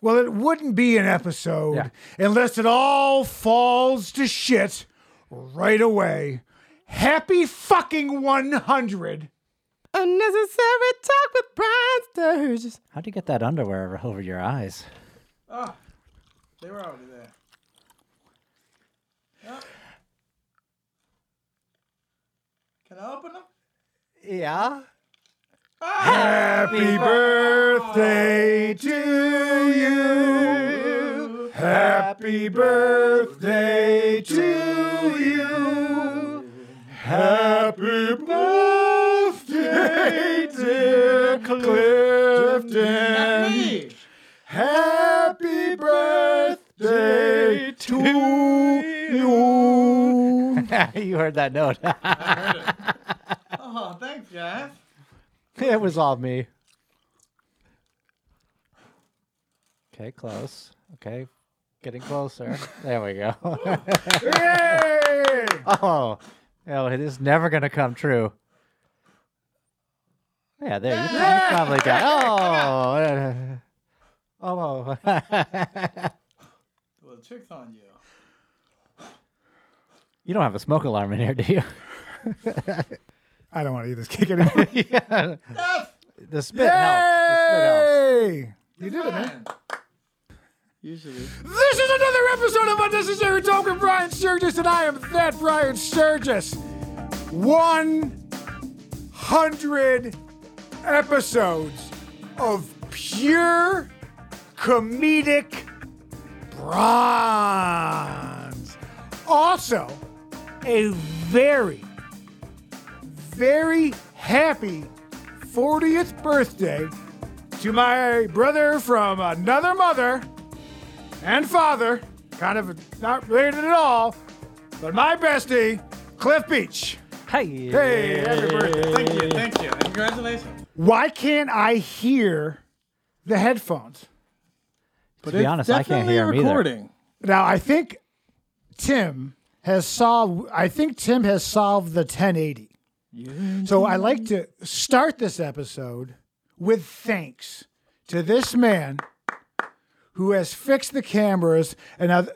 Well, it wouldn't be an episode Yeah. unless it all falls to shit right away. Happy fucking 100. Unnecessary talk with Brian Sturges. How'd you get that underwear over- over your eyes? They were already there. Yeah. Can I open them? Yeah. Happy birthday to you. Happy birthday to you. Happy birthday, dear Not Clifton. me. Happy birthday to you. you heard that note. Oh, thanks, guys. it was all me. Okay, close. Okay, getting closer. There we go. Yay! oh, no, it is never going to come true. Yeah, there you, you probably got. Oh, oh, Well, the trick's on you. you don't have a smoke alarm in here, do you? I don't want to eat this cake anymore. yeah. Yes! The spit helps. The spit helps. Yay! You did it, man. Fine. Usually. This is another episode of Unnecessary Talk with Brian Sturgis, and I am that Brian Sturgis. 100 episodes of pure comedic bronze. Also, a very, very happy 40th birthday to my brother from another mother and father, kind of not related at all, but my bestie, Cliff Beach. Hey. Hey, happy birthday. Thank you, thank you. and Congratulations. Why can't I hear the headphones? But be honest, I can't hear 'em either. recording. Now, I think Tim has solved, I think Tim has solved the 1080. So I like to start this episode with thanks to this man who has fixed the cameras and other.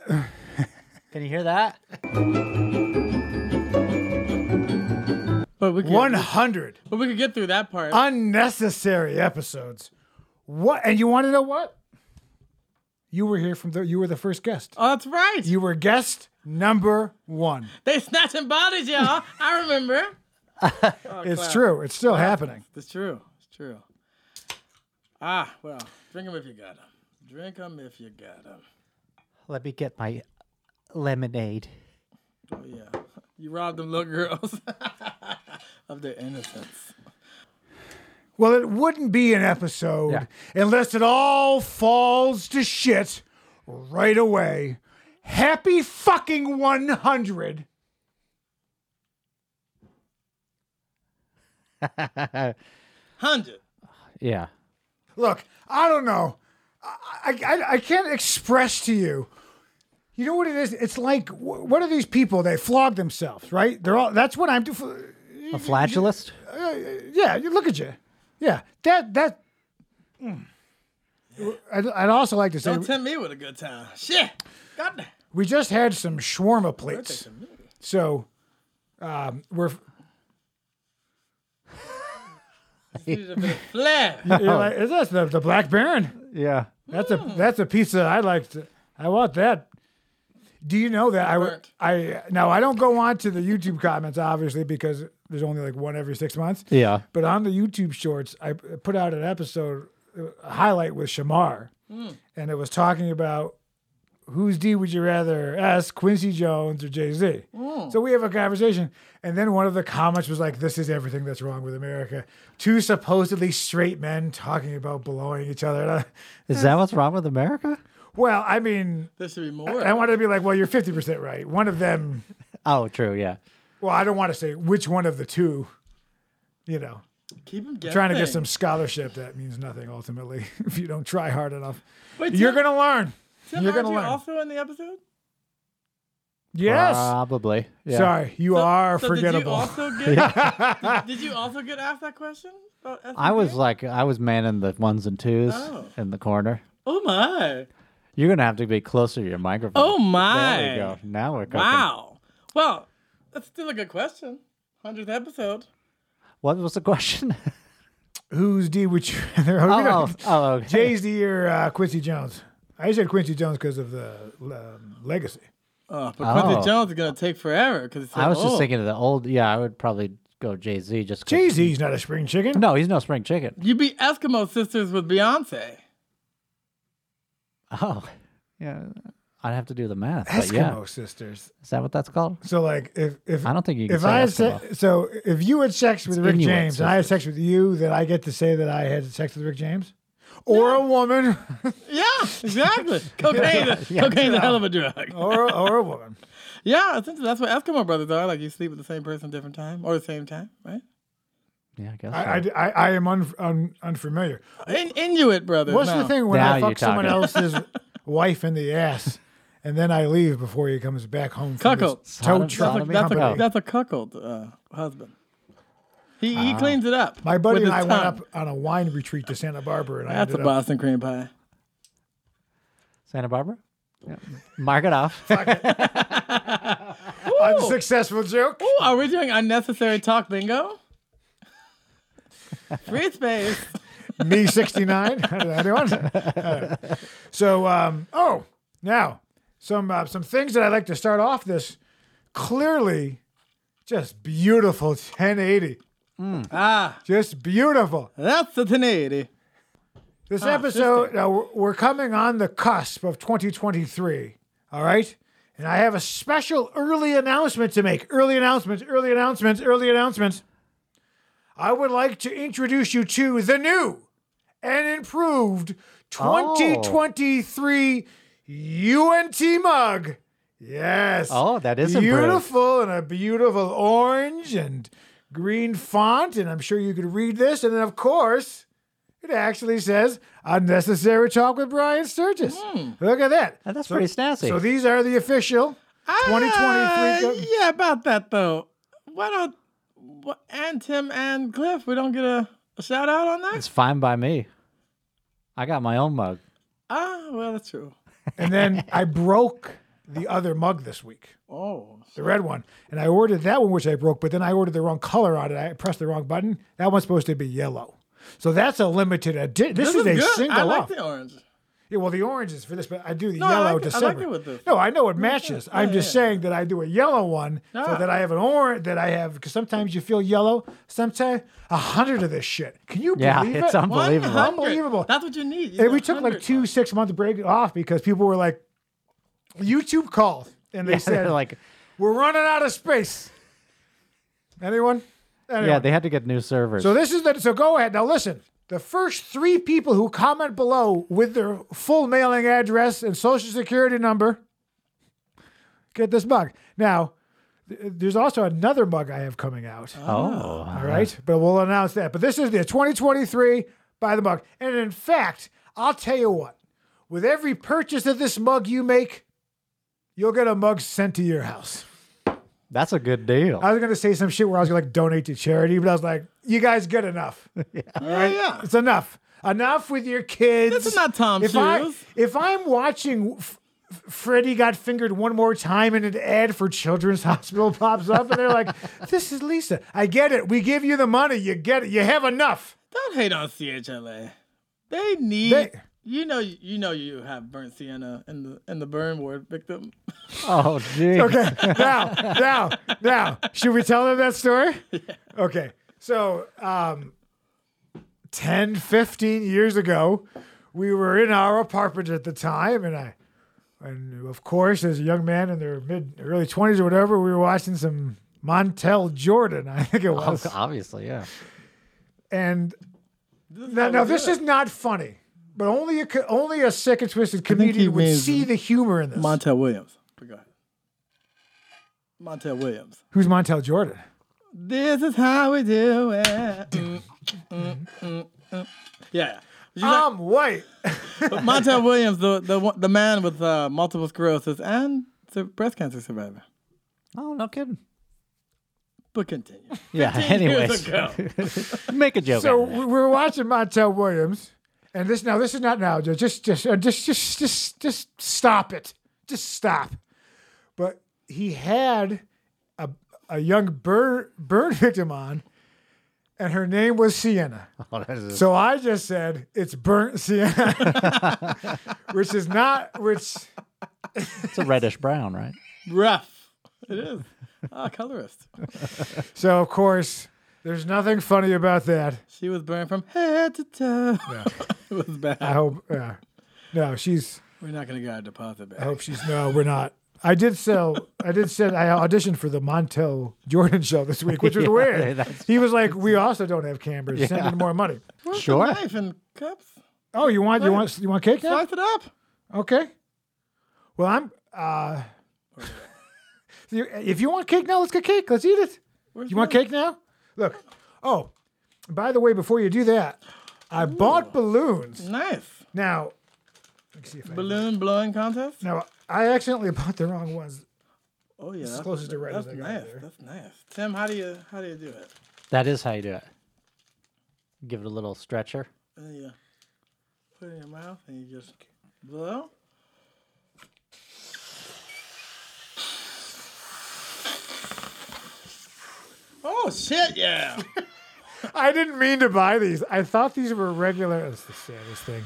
Can you hear that? But we could, 100 but we could get through that part. Uh, unnecessary episodes. What? And you want to know what? You were here from the. You were the first guest. oh, that's right. You were guest number one. they snatching bodies, y'all. I remember. Oh, It's clap. true. It's still happening. It's true. It's true. Ah, well, drink 'em if you got 'em. Drink 'em if you got 'em. Let me get my lemonade. Oh, yeah. You robbed them little girls of their innocence. Well, it wouldn't be an episode Yeah. unless it all falls to shit right away. Happy fucking 100. Hundred. yeah. Look, I don't know. I, I, I can't express to you. You know what it is? It's like, wh- what are these people? They flog themselves, right? They're all. That's what I'm doing. A flatulist? Yeah, you look at you. Yeah, that that. Mm. I'd, I'd also like to say Don't tempt me with a good time. Shit. Goddamn. we just had some shawarma plates, so um, we're Needed a bit of flair. you're like, is that the, the Black Baron? Yeah. That's a that's a pizza I like. To, I want that. Do you know that I w- Burnt. I now I don't go on to the YouTube comments obviously because there's only like one every six months. Yeah. But on the YouTube shorts, I put out an episode uh, a highlight with Shamar, and it was talking about whose D would you rather ask Quincy Jones or Jay Z. So we have a conversation, and then one of the comments was like, "This is everything that's wrong with America: two supposedly straight men talking about blowing each other." And I- Is that what's wrong with America? well, I mean, There should be more. I wanted to be like, "Well, you're fifty percent right." One of them. Oh, true. Yeah. Well, I don't want to say which one of the two. You know. Keep him guessing. trying to get some scholarship that means nothing ultimately if you don't try hard enough Wait, you're Tim- gonna learn Tim, you're gonna aren't you learn. Also in the episode. yes Probably. Yeah. sorry you are So forgettable Did you also get? did, did you also get asked that question? About I was SNK? like, I was manning the ones and twos Oh. in the corner. Oh my. You're gonna have to be closer to your microphone. Oh my. There we go. Now we're cooking. Wow. Well, that's still a good question. 100th episode. What was the question? Whose D would you rather? oh, oh, oh, okay. Jay's D or uh, Quincy Jones? I said Quincy Jones because of the um, legacy. Oh, but Quincy Oh. Jones is going to take forever because it's I was just thinking of the old. Yeah, I would probably go Jay Z just. 'cause- Jay Z's not a spring chicken. No, he's no spring chicken. You be Eskimo sisters with Beyonce. Oh, yeah. I'd have to do the math. But Eskimo yeah, sisters. is that what that's called? So like if if I don't think you can if say I had Eskimo. se- so if you had sex with Rick Inuit James and I had sex with you, then I get to say that I had sex with Rick James or a woman Yeah, exactly. Cocaine, cocaine's a hell of a drug. or a- or a woman. Yeah, essentially that's what Eskimo brothers are. Like you sleep with the same person different time or the same time, right? Yeah, I guess. I, I, I, I am un, un, unfamiliar. In, Inuit brothers. What's no. the thing when Now I you're fuck someone talking. else's wife in the ass and then I leave before he comes back home from Cuckold. his tow Sodom- truck sodomy? That's a, company? that's a cuckold uh, husband. He, he cleans it up. Ah. My buddy with and I his went tongue. up on a wine retreat to Santa Barbara, and I That's a ended up Boston cream pie. Santa Barbara. Yeah. Mark it off. unsuccessful joke. Ooh, are we doing unnecessary talk bingo? Free space. Me sixty nine. Anyone? Uh, So, um, oh, now some uh, some things that I'd like to start off this clearly just beautiful 1080, Ah, just beautiful. that's the 1080. This episode, now we're- we're coming on the cusp of 2023. All right. And I have a special early announcement to make. Early announcements, early announcements, early announcements. I would like to introduce you to the new and improved 2023 UNT mug. Yes. Oh, that is improved. beautiful and a beautiful orange and green font. And I'm sure you could read this. And then, of course, it actually says unnecessary talk with Brian Sturgis. Look at that. Uh, That's So- pretty snazzy. So these are the official. 2023 Ah, yeah, about that though. Why don't wha- and Tim and Cliff? We don't get a, a shout out on that. it's fine by me. I got my own mug. Ah, well, that's true. And then I broke the other mug this week, Oh, the red one. And I ordered that one, which I broke, but then I ordered the wrong color on it. I pressed the wrong button. That one's supposed to be yellow. So that's a limited edition. This, is, a good. single I like off. the orange. Yeah, well, the orange is for this, but I do the I yellow like it- I like December. it with this. No, I know it matches. I'm just saying that I do a yellow one so Ah. that I have an orange. That I have because sometimes you feel yellow. Sometimes a hundred of this shit. Can you Yeah, believe it's it? unbelievable. 100. Unbelievable. That's what you need. You And need we took like 100. two six month break off because people were like, YouTube called and they Yeah, they're said like, we're running out of space. Anyone? Anyone? yeah, they had to get new servers. So this is the so go ahead now. Listen, the first three people who comment below with their full mailing address and social security number get this mug. Now, th- there's also another mug I have coming out. oh, All right, but we'll announce that. But this is the 2023 by the mug, and in fact, I'll tell you what: with every purchase of this mug you make, you'll get a mug sent to your house. that's a good deal. I was gonna say some shit where I was gonna like donate to charity, but I was like, you guys get enough. Yeah, yeah. It's enough. Enough with your kids. This is not Tom if I, Shoes. if I'm watching F- F- Freddy got fingered one more time and an ad for Children's Hospital pops up and they're like, this is Lisa. I get it. We give you the money. You get it. You have enough. Don't hate on CHLA. They need. They- you know, you know, you have burnt sienna in the in the burn ward victim. oh, gee. Okay. Now, now, now, should we tell them that story? Okay. So, um, 10, 15 years ago, we were in our apartment at the time, and I, and of course, as a young man in their mid early 20s or whatever, we were watching some Montel Jordan, I think it Oh, was. obviously, yeah. and now, now this is not funny, but only a, co- only a sick and twisted he comedian would means see the humor in this. Montel Williams. But Go ahead. Montel Williams. Who's Montel Jordan? This is how we do it. Mm, mm, mm, mm. Yeah. You like- I'm white. Oh. but Montel Williams, the, the one- the man with uh, multiple sclerosis and the breast cancer survivor. Oh, no kidding. But continue. Yeah. 15 years Anyways, ago. make a joke. So out of it. we we were watching Montel Williams, And this now, this is not now. Joe. Just, just, uh, just, just, just, just stop it. Just stop. But he had a a young bird bird victim on, and her name was Sienna. Oh, that is So I just said it's burnt Sienna, which is not which. it's a reddish brown, right? Rough. It is. Ah, colorist. So of course, there's nothing funny about that. She was burned from head to toe. it was I bad. hope. Uh, no, she's. We're not going to get our deposit back. I hope she's. No, we're not. I did sell. I did send. I auditioned for the Montel Jordan show this week, which was Yeah, weird. that's- He was like, "We also don't have cameras. Send in more money." Where's the Sure. knife and cups? Oh, you want you want you want cake? Now? Slice it up. Okay. Well, I'm. uh you- If you want cake now, let's get cake. Let's eat it. Where's You want the knife? cake now? Look. Oh, by the way, before you do that, I bought balloons. Nice. Now, let me see if I Balloon blowing contest? now I accidentally bought the wrong ones. Oh, yeah. That's, close as to red as that's I got nice. there. That's nice. Tim, how do you how do you do it? That is how you do it. Give it a little stretcher. And you put it in your mouth and you just blow. Oh shit! Yeah, I didn't mean to buy these. I thought these were regular. That's the saddest thing.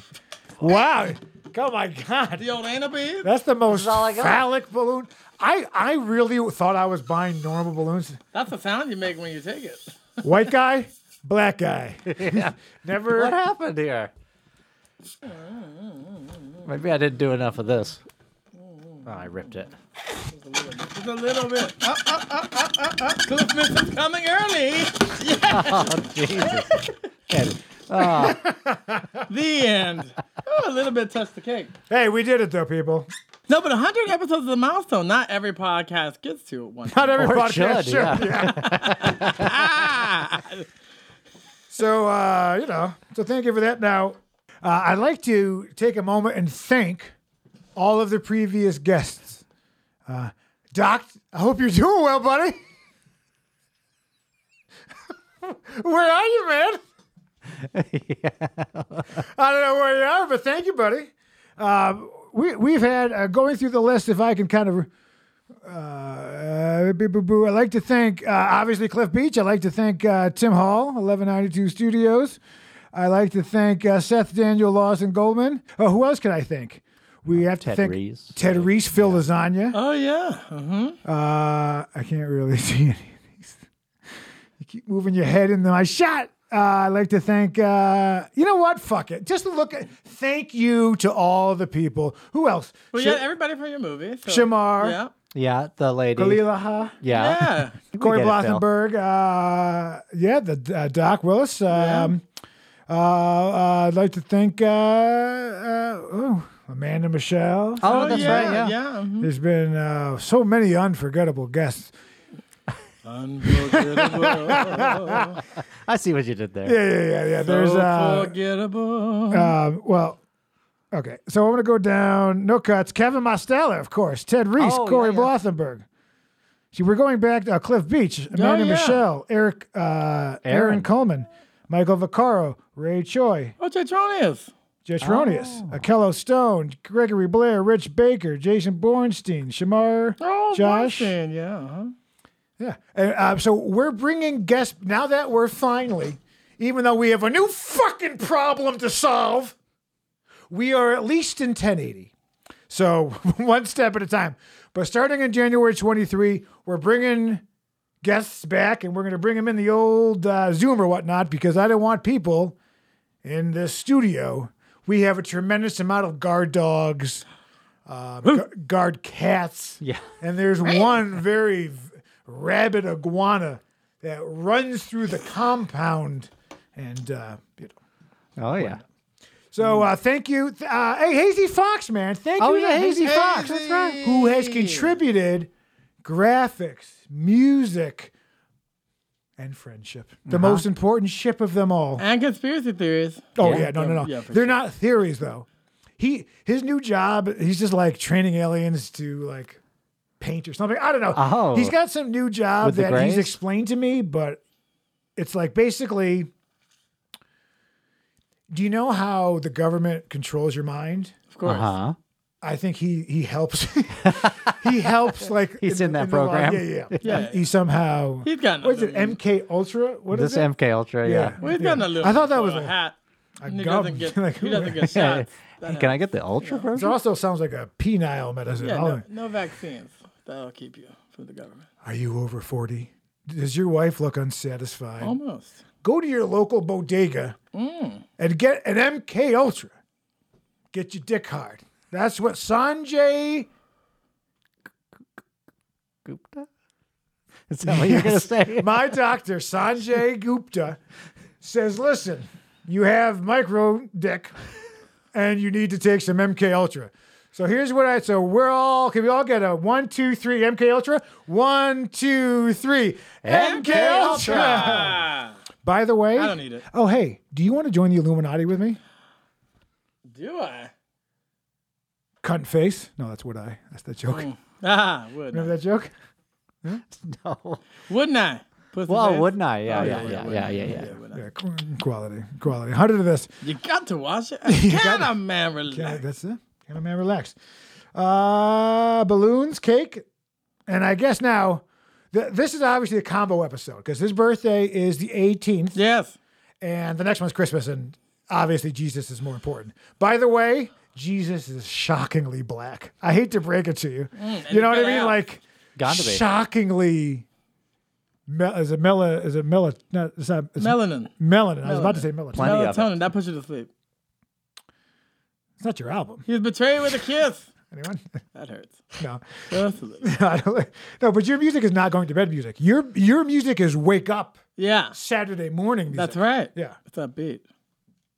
Wow. Oh my God. the old anal bead. That's the most all I got. phallic balloon. I, I really thought I was buying normal balloons. That's the sound you make when you take it. White guy, black guy. What Never. happened here? Maybe I didn't do enough of this. Oh, I ripped it. Just a little bit. Up, up, up, up, up, up. Cool Smith is coming early. Jesus. The end. Oh, a little bit touched the cake. Hey, we did it though, people. No, but 100 episodes is a milestone. Not every podcast gets to it one. Not every Or it podcast. should, sure, yeah. Ah! So uh, you know. So thank you for that. Now, uh, I'd like to take a moment and thank all of the previous guests. Uh, Doc, I hope you're doing well, buddy. where are you, man? I don't know where you are, but thank you, buddy. Uh, we we've had uh, going through the list. If I can kind of. Uh, boo, boo, boo. I'd like to thank, uh, obviously, Cliff Beach. I'd like to thank uh, Tim Hall, 1192 Studios. I'd like to thank uh, Seth Daniel Lawson Goldman. Oh, who else can I thank? We have to Ted thank Reese. Ted Reese, Phil Lasagna. Oh, yeah. Mm-hmm. Uh, I can't really see any of these. You keep moving your head into my shot. Uh, I'd like to thank, uh, you know what? Fuck it. Just look at, thank you to all the people. Who else? Well, Sha- yeah, everybody from your movie. So. Shamar. Yeah. Yeah, the lady. Khalila Ha. Yeah. Yeah. We Corey get it, Phil. Blothenberg, uh, yeah, the uh, Doc Willis. Um, uh, uh, I'd like to thank uh, uh, oh, Amanda Michelle. Oh, that's yeah, right. Yeah. Yeah. mhm. There's been uh, so many unforgettable guests. mm-hmm. Unforgettable. I see what you did there. Yeah, yeah, yeah, yeah. There's uh, Unforgettable. um, well, okay. So I'm gonna go down. No cuts. Kevin Mostella, of course. Ted Reese, Oh, yeah, Corey yeah. Blothenberg. See, we're going back to uh, Cliff Beach, Amanda yeah. Michelle, Eric, uh, Aaron Oh, Aaron. Coleman, Michael Vaccaro, Ray Choi. oh, Jetronius. Jetronius, Oh. Akello Stone, Gregory Blair, Rich Baker, Jason Bornstein, Shamar, Oh, Josh. Bronstein, Yeah. Uh-huh. Yeah. And, uh, so we're bringing guests now that we're finally, even though we have a new fucking problem to solve, we are at least in 1080. So one step at a time. But starting in January 23, we're bringing guests back and we're going to bring them in the old uh, Zoom or whatnot because I don't want people in this studio. We have a tremendous amount of guard dogs, um, gu- guard cats. Yeah. And there's one very v- rabid iguana that runs through the compound. And, uh, you know. Oh, yeah. So uh, thank you. Th- Uh, hey, Hazy Fox, man. Thank Oh, you to yeah, Hazy, Hazy. Fox. That's right. Who has contributed graphics, music, and friendship. The Uh-huh. most important ship of them all. And conspiracy theories. Oh yeah, no, no, no. yeah, for They're not theories though. He his new job. He's just like training aliens to like paint or something. I don't know. Oh. He's got some new job With the that he's grays? explained to me, but it's like basically Do you know how the government controls your mind? Of course. Uh-huh. huh. I think he he helps. he helps like He's in the- that the law. program. Yeah, yeah, Yeah. He somehow. He's got What is nothing. it? MK Ultra. What is This it? MK Ultra, yeah. Well, he's Yeah. got a little. I thought that was a a- hat. a He gum. doesn't get. Like, he doesn't get shots. Hey, can I get the Ultra It version? also sounds like a penile medicine. Oh, Yeah, I'll- no, no vaccines. That'll keep you from the government. Are you over forty? Does your wife look unsatisfied? Um. Almost. Go to your local bodega Mm. and get an MK Ultra. Get your dick hard. That's what Sanjay. Gupta? Is that what you're going to say? My doctor, Sanjay Gupta, says, listen, you have micro dick and you need to take some MK Ultra. So here's what I so we're all can we all get a one, two, three MK Ultra? One, two, three. MK, Ultra. Ah, By the way, I don't need it. Oh hey, do you want to join the Illuminati with me? Do I? Cunt face. No, that's what I. That's the joke. Ah, wouldn't Remember I? that joke? no. Wouldn't I? Pussy Well, face. wouldn't I? Yeah, yeah, Oh, would, yeah, wouldn't yeah, I? yeah, yeah. wouldn't I? Yeah, qu- quality, quality. Hundred of this. You got to wash it. You Can gotta- a man relax? Yeah, that's it. Can a man relax? Uh, balloons, cake, and I guess now th- this is obviously a combo episode because his birthday is the 18th, Yes. and the next one's Christmas, and obviously Jesus is more important. By the way, Jesus is shockingly black. I hate to break it to you. Mm, you know what I he's mean? got Like Got to be. shockingly. Mel- is it mela? Is it mela? Not, it's not it's Melanin. melanin. I was about to Melanin. say melanin. Plenty of it. Melatonin. That puts you to sleep. It's not your album. He was betrayed with a kiss. Anyone? That hurts. no. Just a little. I don't- no, but your music is not going to bed music. Your your music is wake up Yeah. Saturday morning music. That's right. Yeah, It's upbeat.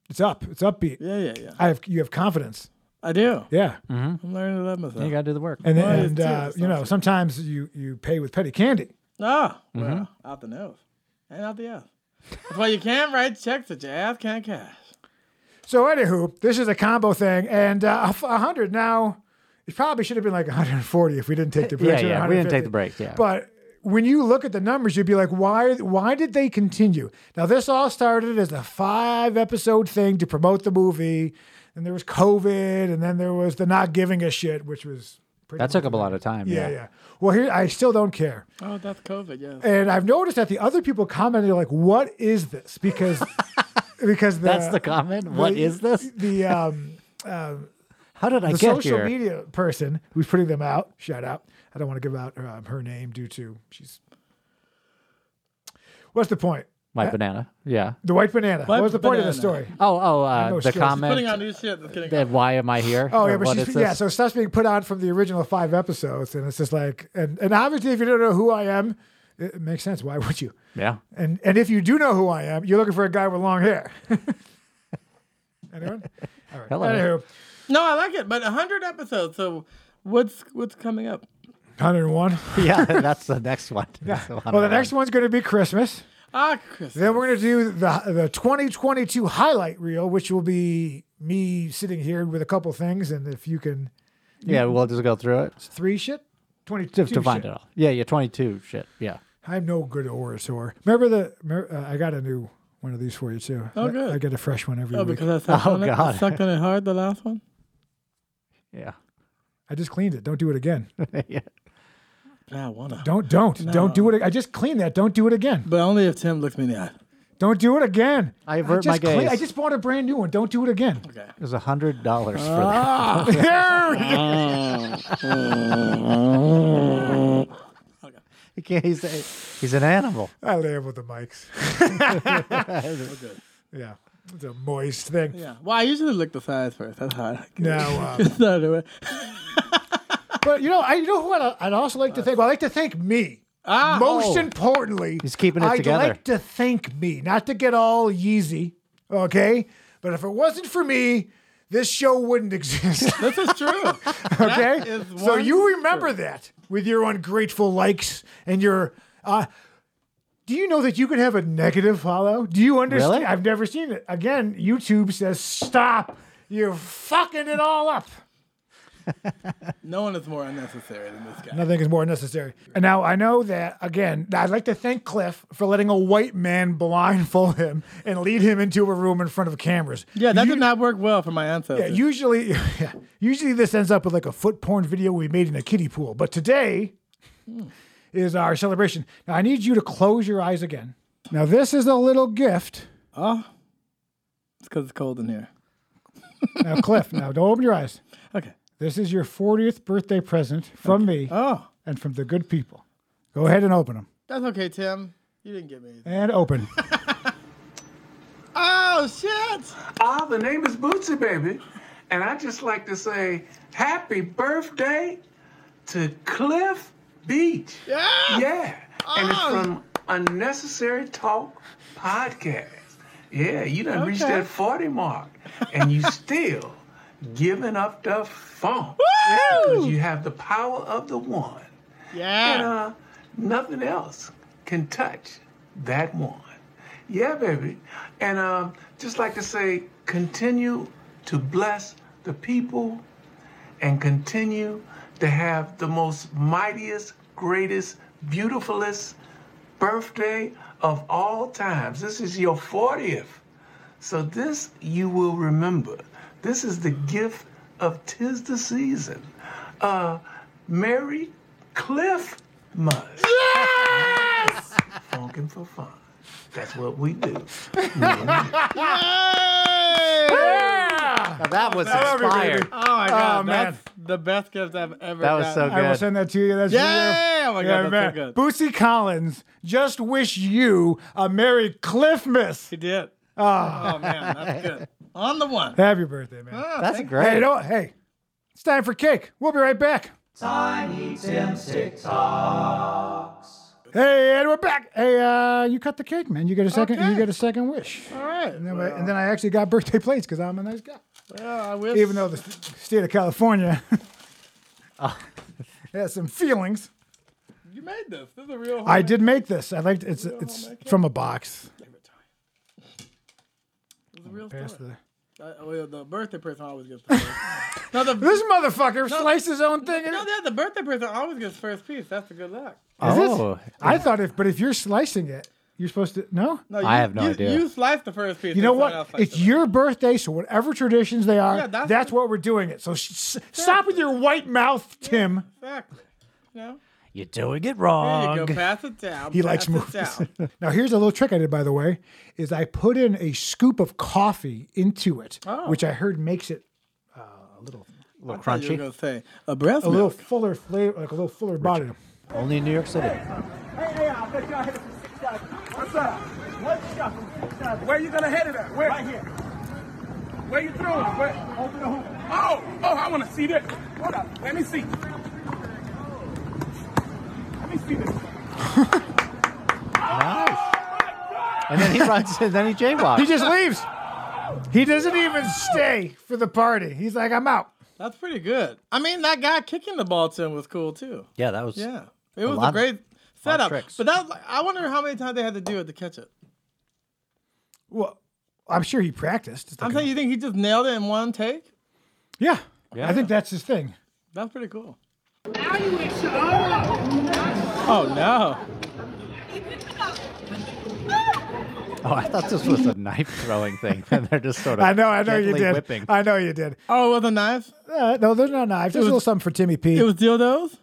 it's up. It's upbeat. Yeah, yeah, yeah. I have you have confidence. I do. Yeah, I'm learning to love myself. You got to do the work. and Mm. Well, and it's too, uh, it's you know sometimes you you pay with petty candy. Ah, well, out the nose and out the ass. That's why you can't write checks that your ass can't cash. So anywho, this is a combo thing, and uh, a hundred now. It probably should have been like 140 if we didn't take the break. Yeah, yeah. We didn't take the break. Yeah. But when you look at the numbers, you'd be like, why? Why did they continue? Now this all started as a five episode thing to promote the movie, and there was COVID, and then there was the not giving a shit, which was pretty that took up a lot of time. yeah, Yeah. yeah. Well, here I still don't care, Oh, that's COVID, yes. and I've noticed that the other people commented like, "What is this?" Because because Uh, the, That's the comment. What is this? the um. How did I the get social here? media person who's putting them out. Shout out. I don't want to give out um, her name due to she's. What's the point? Uh, My banana. Yeah. The white banana. White What's the point of the banana. story? Oh, oh, know uh, the skills. Putting on comment new shit that's getting that why am I here? Oh Or yeah, but what she's is yeah. this? So stuff's being put on from the original five episodes, and it's just like, and and obviously, if you don't know who I am, it, it makes sense. Why would you? yeah. And and if you do know who I am, you're looking for a guy with long hair. Anyone? All right. Hello. Anywho, No, I like it, but 100 episodes. So what's what's coming up? 101. yeah, that's the next one. Well, the next one's going to be Christmas. Ah, Chris. Then we're going to do the the 2022 highlight reel, which will be me sitting here with a couple things, and if you can Yeah, we'll just go through it it's three shit, 22 to, to find shit. it all. Yeah, yeah, 22 shit. Yeah. I'm no good orator. Remember the mer- uh, I got a new one of these for you too. Oh, I- good. I, get a fresh one every Oh, week. because I sucked Oh, on it. God. I sucked on it hard, the last one. Yeah. I just cleaned it. Don't do it again. yeah. I wanna. Don't don't don't do it. ag- I just cleaned that. Don't do it again. But only if Tim looks me in the eye. Don't do it again. I avert just my clean- gaze. I just bought a brand new one. Don't do it again. Okay. It was $100 for that. Here! He can't- he's, a, he's an animal. I live with the mics. yeah, it's a moist thing. Yeah. Well, I usually lick the sides first. That's hard. Now. Um, That's not the way. But you know, I you know what I- I'd also like to thank. Well, I like to thank me. Ah, Most oh. importantly, He's keeping it I'd together. like to thank me, not to get all Yeezy, okay? But if it wasn't for me, this show wouldn't exist. This is true. That Okay, is so one- you remember that with your ungrateful likes and your. Uh, do you know that you could have a negative follow? Do you understand? Really? I've never seen it. Again, YouTube says stop. You're fucking it all up. No one is more unnecessary than this guy. Nothing is more necessary. And now I know that again. I'd like to thank Cliff for letting a white man blindfold him and lead him into a room in front of cameras. Yeah, that You- did not work well for my ancestors. Yeah, usually, yeah, usually this ends up with like a foot porn video we made in a kiddie pool. But today is our celebration. Now I need you to close your eyes again. Now this is a little gift. oh, it's because it's cold in here. Now Cliff, now don't open your eyes. Okay. This is your 40th birthday present from me Oh, and from the good people. Go ahead and open them. that's okay, Tim. You didn't give me anything. And open. Oh, shit. Ah, the name is Bootsy Baby. And I just like to say happy birthday to Cliff Beach. Yeah. Yeah. And it's Oh. from Unnecessary Talk Podcast. Yeah, you done reached Okay. that 40 mark and you still giving up the funk. Because you have the power of the one. And Yeah. uh, nothing else can touch that one. Yeah, baby. And um, just like to say, continue to bless the people and continue to have the most mightiest, greatest, beautifulest birthday of all times. This is your 40th. So this you will remember. This is the gift of tis the season. Uh, Mary Cliff Must. Funkin' for fun. That's what we do. Now that was inspired. Oh, my God. Oh, man. that's the best gift I've ever That was so gotten. good. I will send that to you. That's Yay! you. Oh my God, yeah, that's so man. good. Bootsy Collins, just wish you a Merry Cliffmas. He did. Ah. oh, man. That's good. On the one. Oh, Happy birthday, man. That's hey, you great. know what? Hey, it's time for cake. We'll be right back. Tiny Tim's TikToks. Hey, and we're back. Hey, uh, you cut the cake, man. You get a second. You Okay. get a second wish. All right. And then, I, and then I actually got birthday plates because I'm a nice guy. Well, I wish. Even though the st- state of California Oh. has some feelings. You made this. This is a real. I did make this. I liked it's it's from a box. This is a real Pass story. the- I- well, the birthday person always gets first. no, the, no, This motherfucker sliced his own thing. in- yeah, the birthday person always gets first piece. That's the good luck. Is it? Oh, I thought if, but if you're slicing it, you're supposed to no. No, you, I have no you, idea. You slice the first piece. You know and someone else what? slices It's it. your birthday, so whatever traditions they are, Yeah, that's, that's- what we're doing it. So sh- s- stop with your white mouth, Tim. Exactly. No. you're doing it There you wrong. go. Pass it down. He pass likes it movies. down. now here's a little trick I did, by the way, is I put in a scoop of coffee into it, Oh. which I heard makes it A little I thought You were crunchy. gonna say a breast a little milk. fuller flavor, like a little fuller body. Only in New York City. What's up? What's up? Where you gonna head it at? Where? Right here. Where you throwing it? Where? Over the hoop. Oh, oh, I wanna see this. Hold up. Let me see. Let me see this. And then he runs and then he jaywalks. He just leaves. He doesn't even stay for the party. He's like, I'm out. That's pretty good. I mean, that guy kicking the ball to him was cool too. yeah, that was. Yeah, it was lot a of- great setup. tricks. But that was, like, I wonder how many times they had to do it to catch it. Well, I'm sure he practiced. It's I'm like a- saying, you think he just nailed it in one take? yeah, I think that's his thing. That's pretty cool. Oh no! Oh, I thought this was a knife throwing thing, and they're just sort of. I know, I know you gently did. Whipping. I know you did. Oh, it was a knife. Uh, no, there's no knives. There's a little something for Timmy P. It was dildos.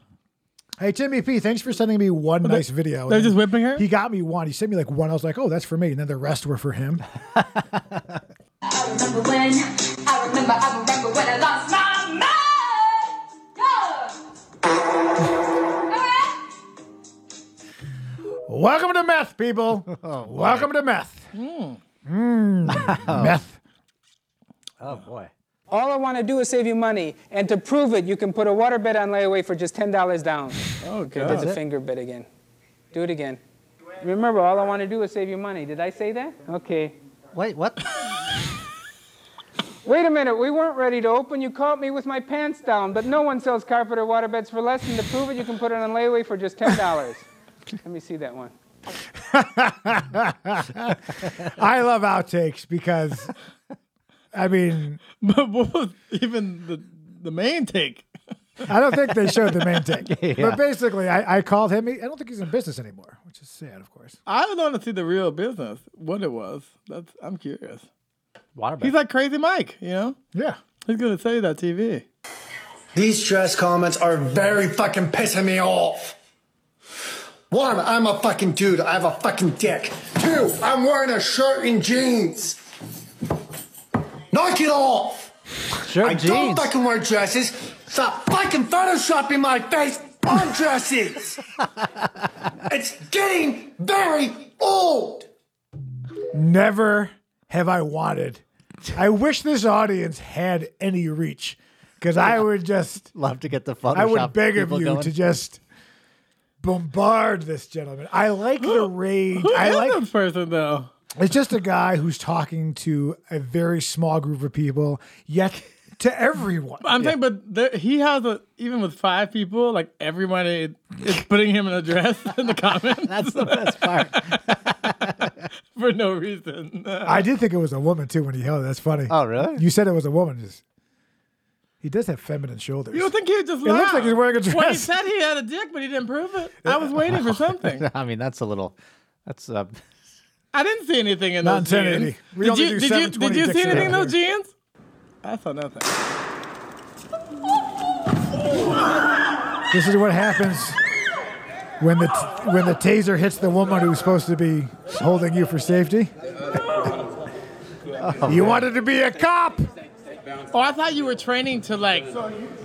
hey, Timmy P, thanks for sending me one nice video. They're just whipping her. He got me one. He sent me like one. I was like, oh, that's for me. And then the rest were for him. I remember when, I remember, I remember when I lost my mind. Yeah. All right. Welcome to meth, people. Welcome to meth. Mm, meth. Oh boy. All I want to do is save you money. And to prove it, you can put a waterbed on layaway for just $10 down. oh Did god! the finger bit again. Do it again. Remember, all I want to do is save you money. Did I say that? Okay. Wait, what? Wait a minute, we weren't ready to open. You caught me with my pants down, but no one sells carpet or waterbeds for less. And to prove it, you can put it on layaway for just $10. Let me see that one. I love outtakes because, I mean, But what was even the the main take? I don't think they showed the main take. But basically, I, I called him. He, I don't think he's in business anymore, which is sad, of course. I don't want to see the real business, what it was. That's I'm curious. Waterbed. He's like Crazy Mike, you know? Yeah. He's going to tell you that TV. These trash comments are very fucking pissing me off. One, I'm a fucking dude. I have a fucking dick. Two, I'm wearing a shirt and jeans. Knock it off. Shirt I don't jeans. fucking wear dresses. Stop fucking photoshopping my face on dresses. it's getting very old. Never have I wanted. I wish this audience had any reach because I would just, Love to get the Photoshop. I would beg of people you going. to just bombard this gentleman. I like the rage. Who I is like this person, though? It's just a guy who's talking to a very small group of people, yet to everyone. I'm saying, but there, he has a, even with five people, like everybody is putting him in a dress in the comments That's the best part. for no reason. I did think it was a woman too when he held it. That's funny. Oh, really? You said it was a woman. Just- He does have feminine shoulders. You would think he would just It laugh. looks like he's wearing a Well, he dress. said he had a dick, but he didn't prove it. I was waiting for something. I mean, that's a little. That's uh, I didn't see anything in Not those in 1080. jeans. We did only you, do did you, did 720 you see dicks anything in around those jeans? I saw nothing. This is what happens when the t- when the taser hits the woman who's supposed to be holding you for safety. you wanted to be a cop. Oh, I thought you were training to like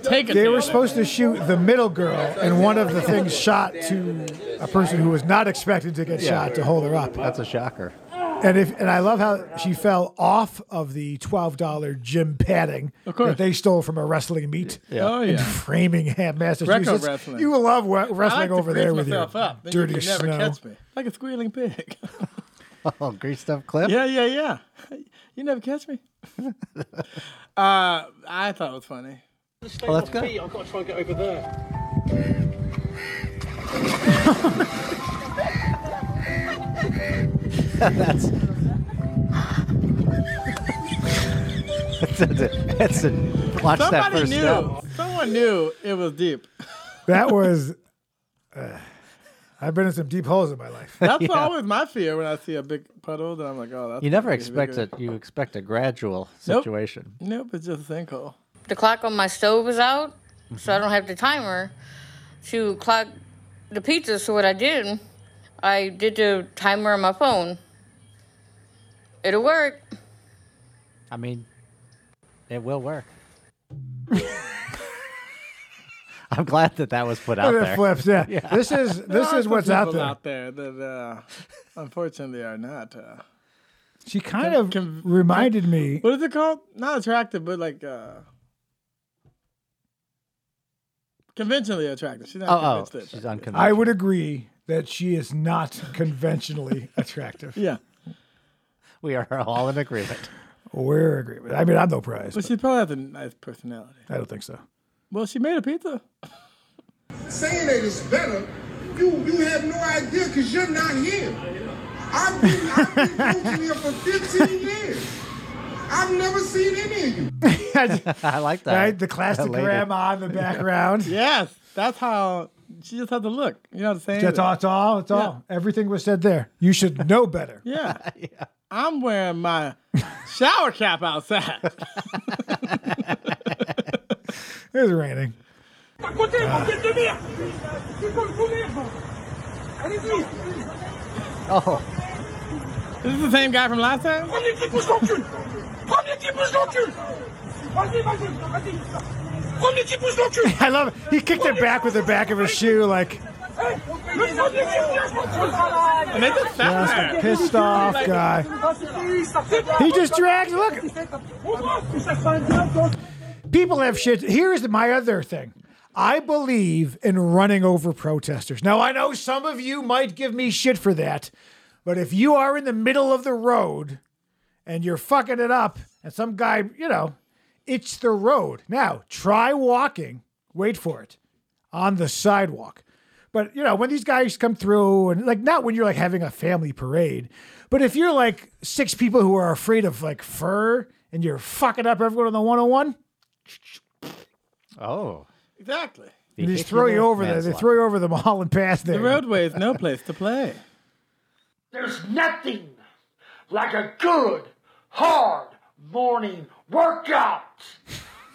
take a They were dick. supposed to shoot the middle girl, and one of the things shot to a person who was not expected to get shot to hold her up. that's a shocker. And if and I love how she fell off of the twelve dollar gym padding course. that they stole from a wrestling meet. Oh In yeah. Framingham, Massachusetts. wrestling. You will love we- I wrestling like over to there grease with your myself up. Then dirty you can never snow. catch me. Like a squealing pig. Oh, greased up clip. yeah, yeah, yeah. You never catch me. uh, I thought it was funny. Well, that's good. I've got to try and get over there. That's. that's a, that's a, watch that Somebody first knew. step. Someone knew it was deep. That was. uh, I've been in some deep holes in my life. That's always my fear when I see a big puddle. Then I'm like, oh, that's You never gonna be expect bigger. it. You expect a gradual Nope. situation. Nope, it's just a sinkhole. The clock on my stove is out, so I don't have the timer to clock the pizza. So what I did, I did the timer on my phone. It'll work. I mean, it will work. I'm glad that that was put out It there. flips. Yeah. This is There this are is some what's out people there. out there that uh, unfortunately are not. Uh, She kind of Con- reminded me. what is it called? Not attractive, but like uh, conventionally attractive. She's not Oh, oh, conventionally she's attractive. unconvinced. I would agree that she is not conventionally attractive. Yeah, we are all in agreement. We're agreement. I mean, I'm no prize. but she probably has a nice personality. I don't think so. Well, she made a pizza. Saying that it's better, you you have no idea because you're not here. I've been, I've been coaching here for 15 years. I've never seen any of you. I like that. Right? The classic lady. grandma in the background. Yes, that's how she just had to look. You know what I'm saying? That's all. That's all. That's all. Everything was said there. You should know better. Yeah. I'm wearing my shower cap outside. It was raining. Oh, This is the same guy from last time? I love it. He kicked it back with the back of his shoe, like And they just sat that's there. the pissed off guy. He just drags. Look, people have shit. Here's my other thing. I believe in running over protesters. Now, I know some of you might give me shit for that, but if you are in the middle of the road and you're fucking it up and some guy, you know, it's the road. Now, try walking, wait for it, on the sidewalk. But, you know, when these guys come through and like not when you're like having a family parade, but if you're like six people who are afraid of like oh fur and you're fucking up everyone on the 101, oh, Exactly. They just throw you over there. That's They why. throw you over the mall and pass there. The roadway is no place to play. There's nothing like a good, hard morning workout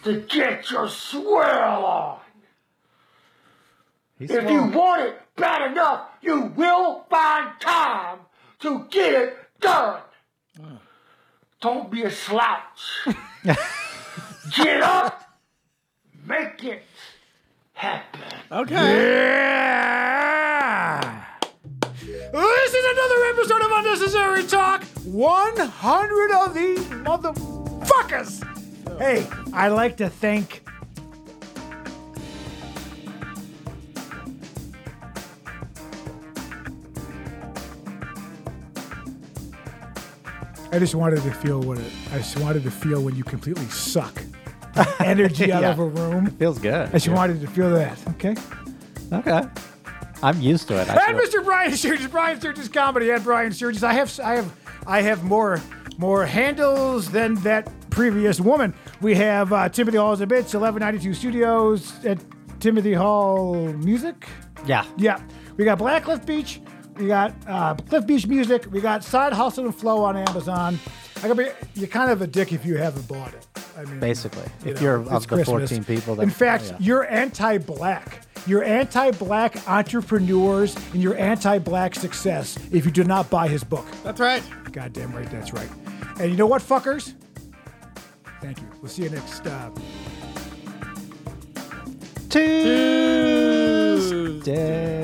to get your swell on. He's if you swell. want it bad enough, you will find time to get it done. Don't be a slouch. get up, make it happen. Yeah. This is another episode of Unnecessary Talk. 100 of these motherfuckers. Hey, I'd like to thank. I just wanted to feel what it. I just wanted to feel when you completely suck energy out Yeah. of a room. Feels good. I just Yeah. wanted to feel that. Okay. Okay. I'm used to it. I and feel- Mr. Brian Sturgis, Brian Sturgis comedy at Brian Sturgis. I have I have I have more more handles than that previous woman. We have uh, Timothy Hall's a bitch, eleven ninety two studios at Timothy Hall Music. yeah. Yeah. We got Black Cliff Beach. We got uh, Cliff Beach Music. We got Side Hustle and Flow on Amazon. I gotta be, you're kind of a dick if you haven't bought it. I mean, Basically, you if know, you're it's of the Christmas. 14 people, that, In fact, yeah. you're anti-black. You're anti-black entrepreneurs and you're anti-black success if you do not buy his book. That's right. Goddamn right, that's right. And you know what, fuckers? Thank you. We'll see you next. Uh, Tuesday.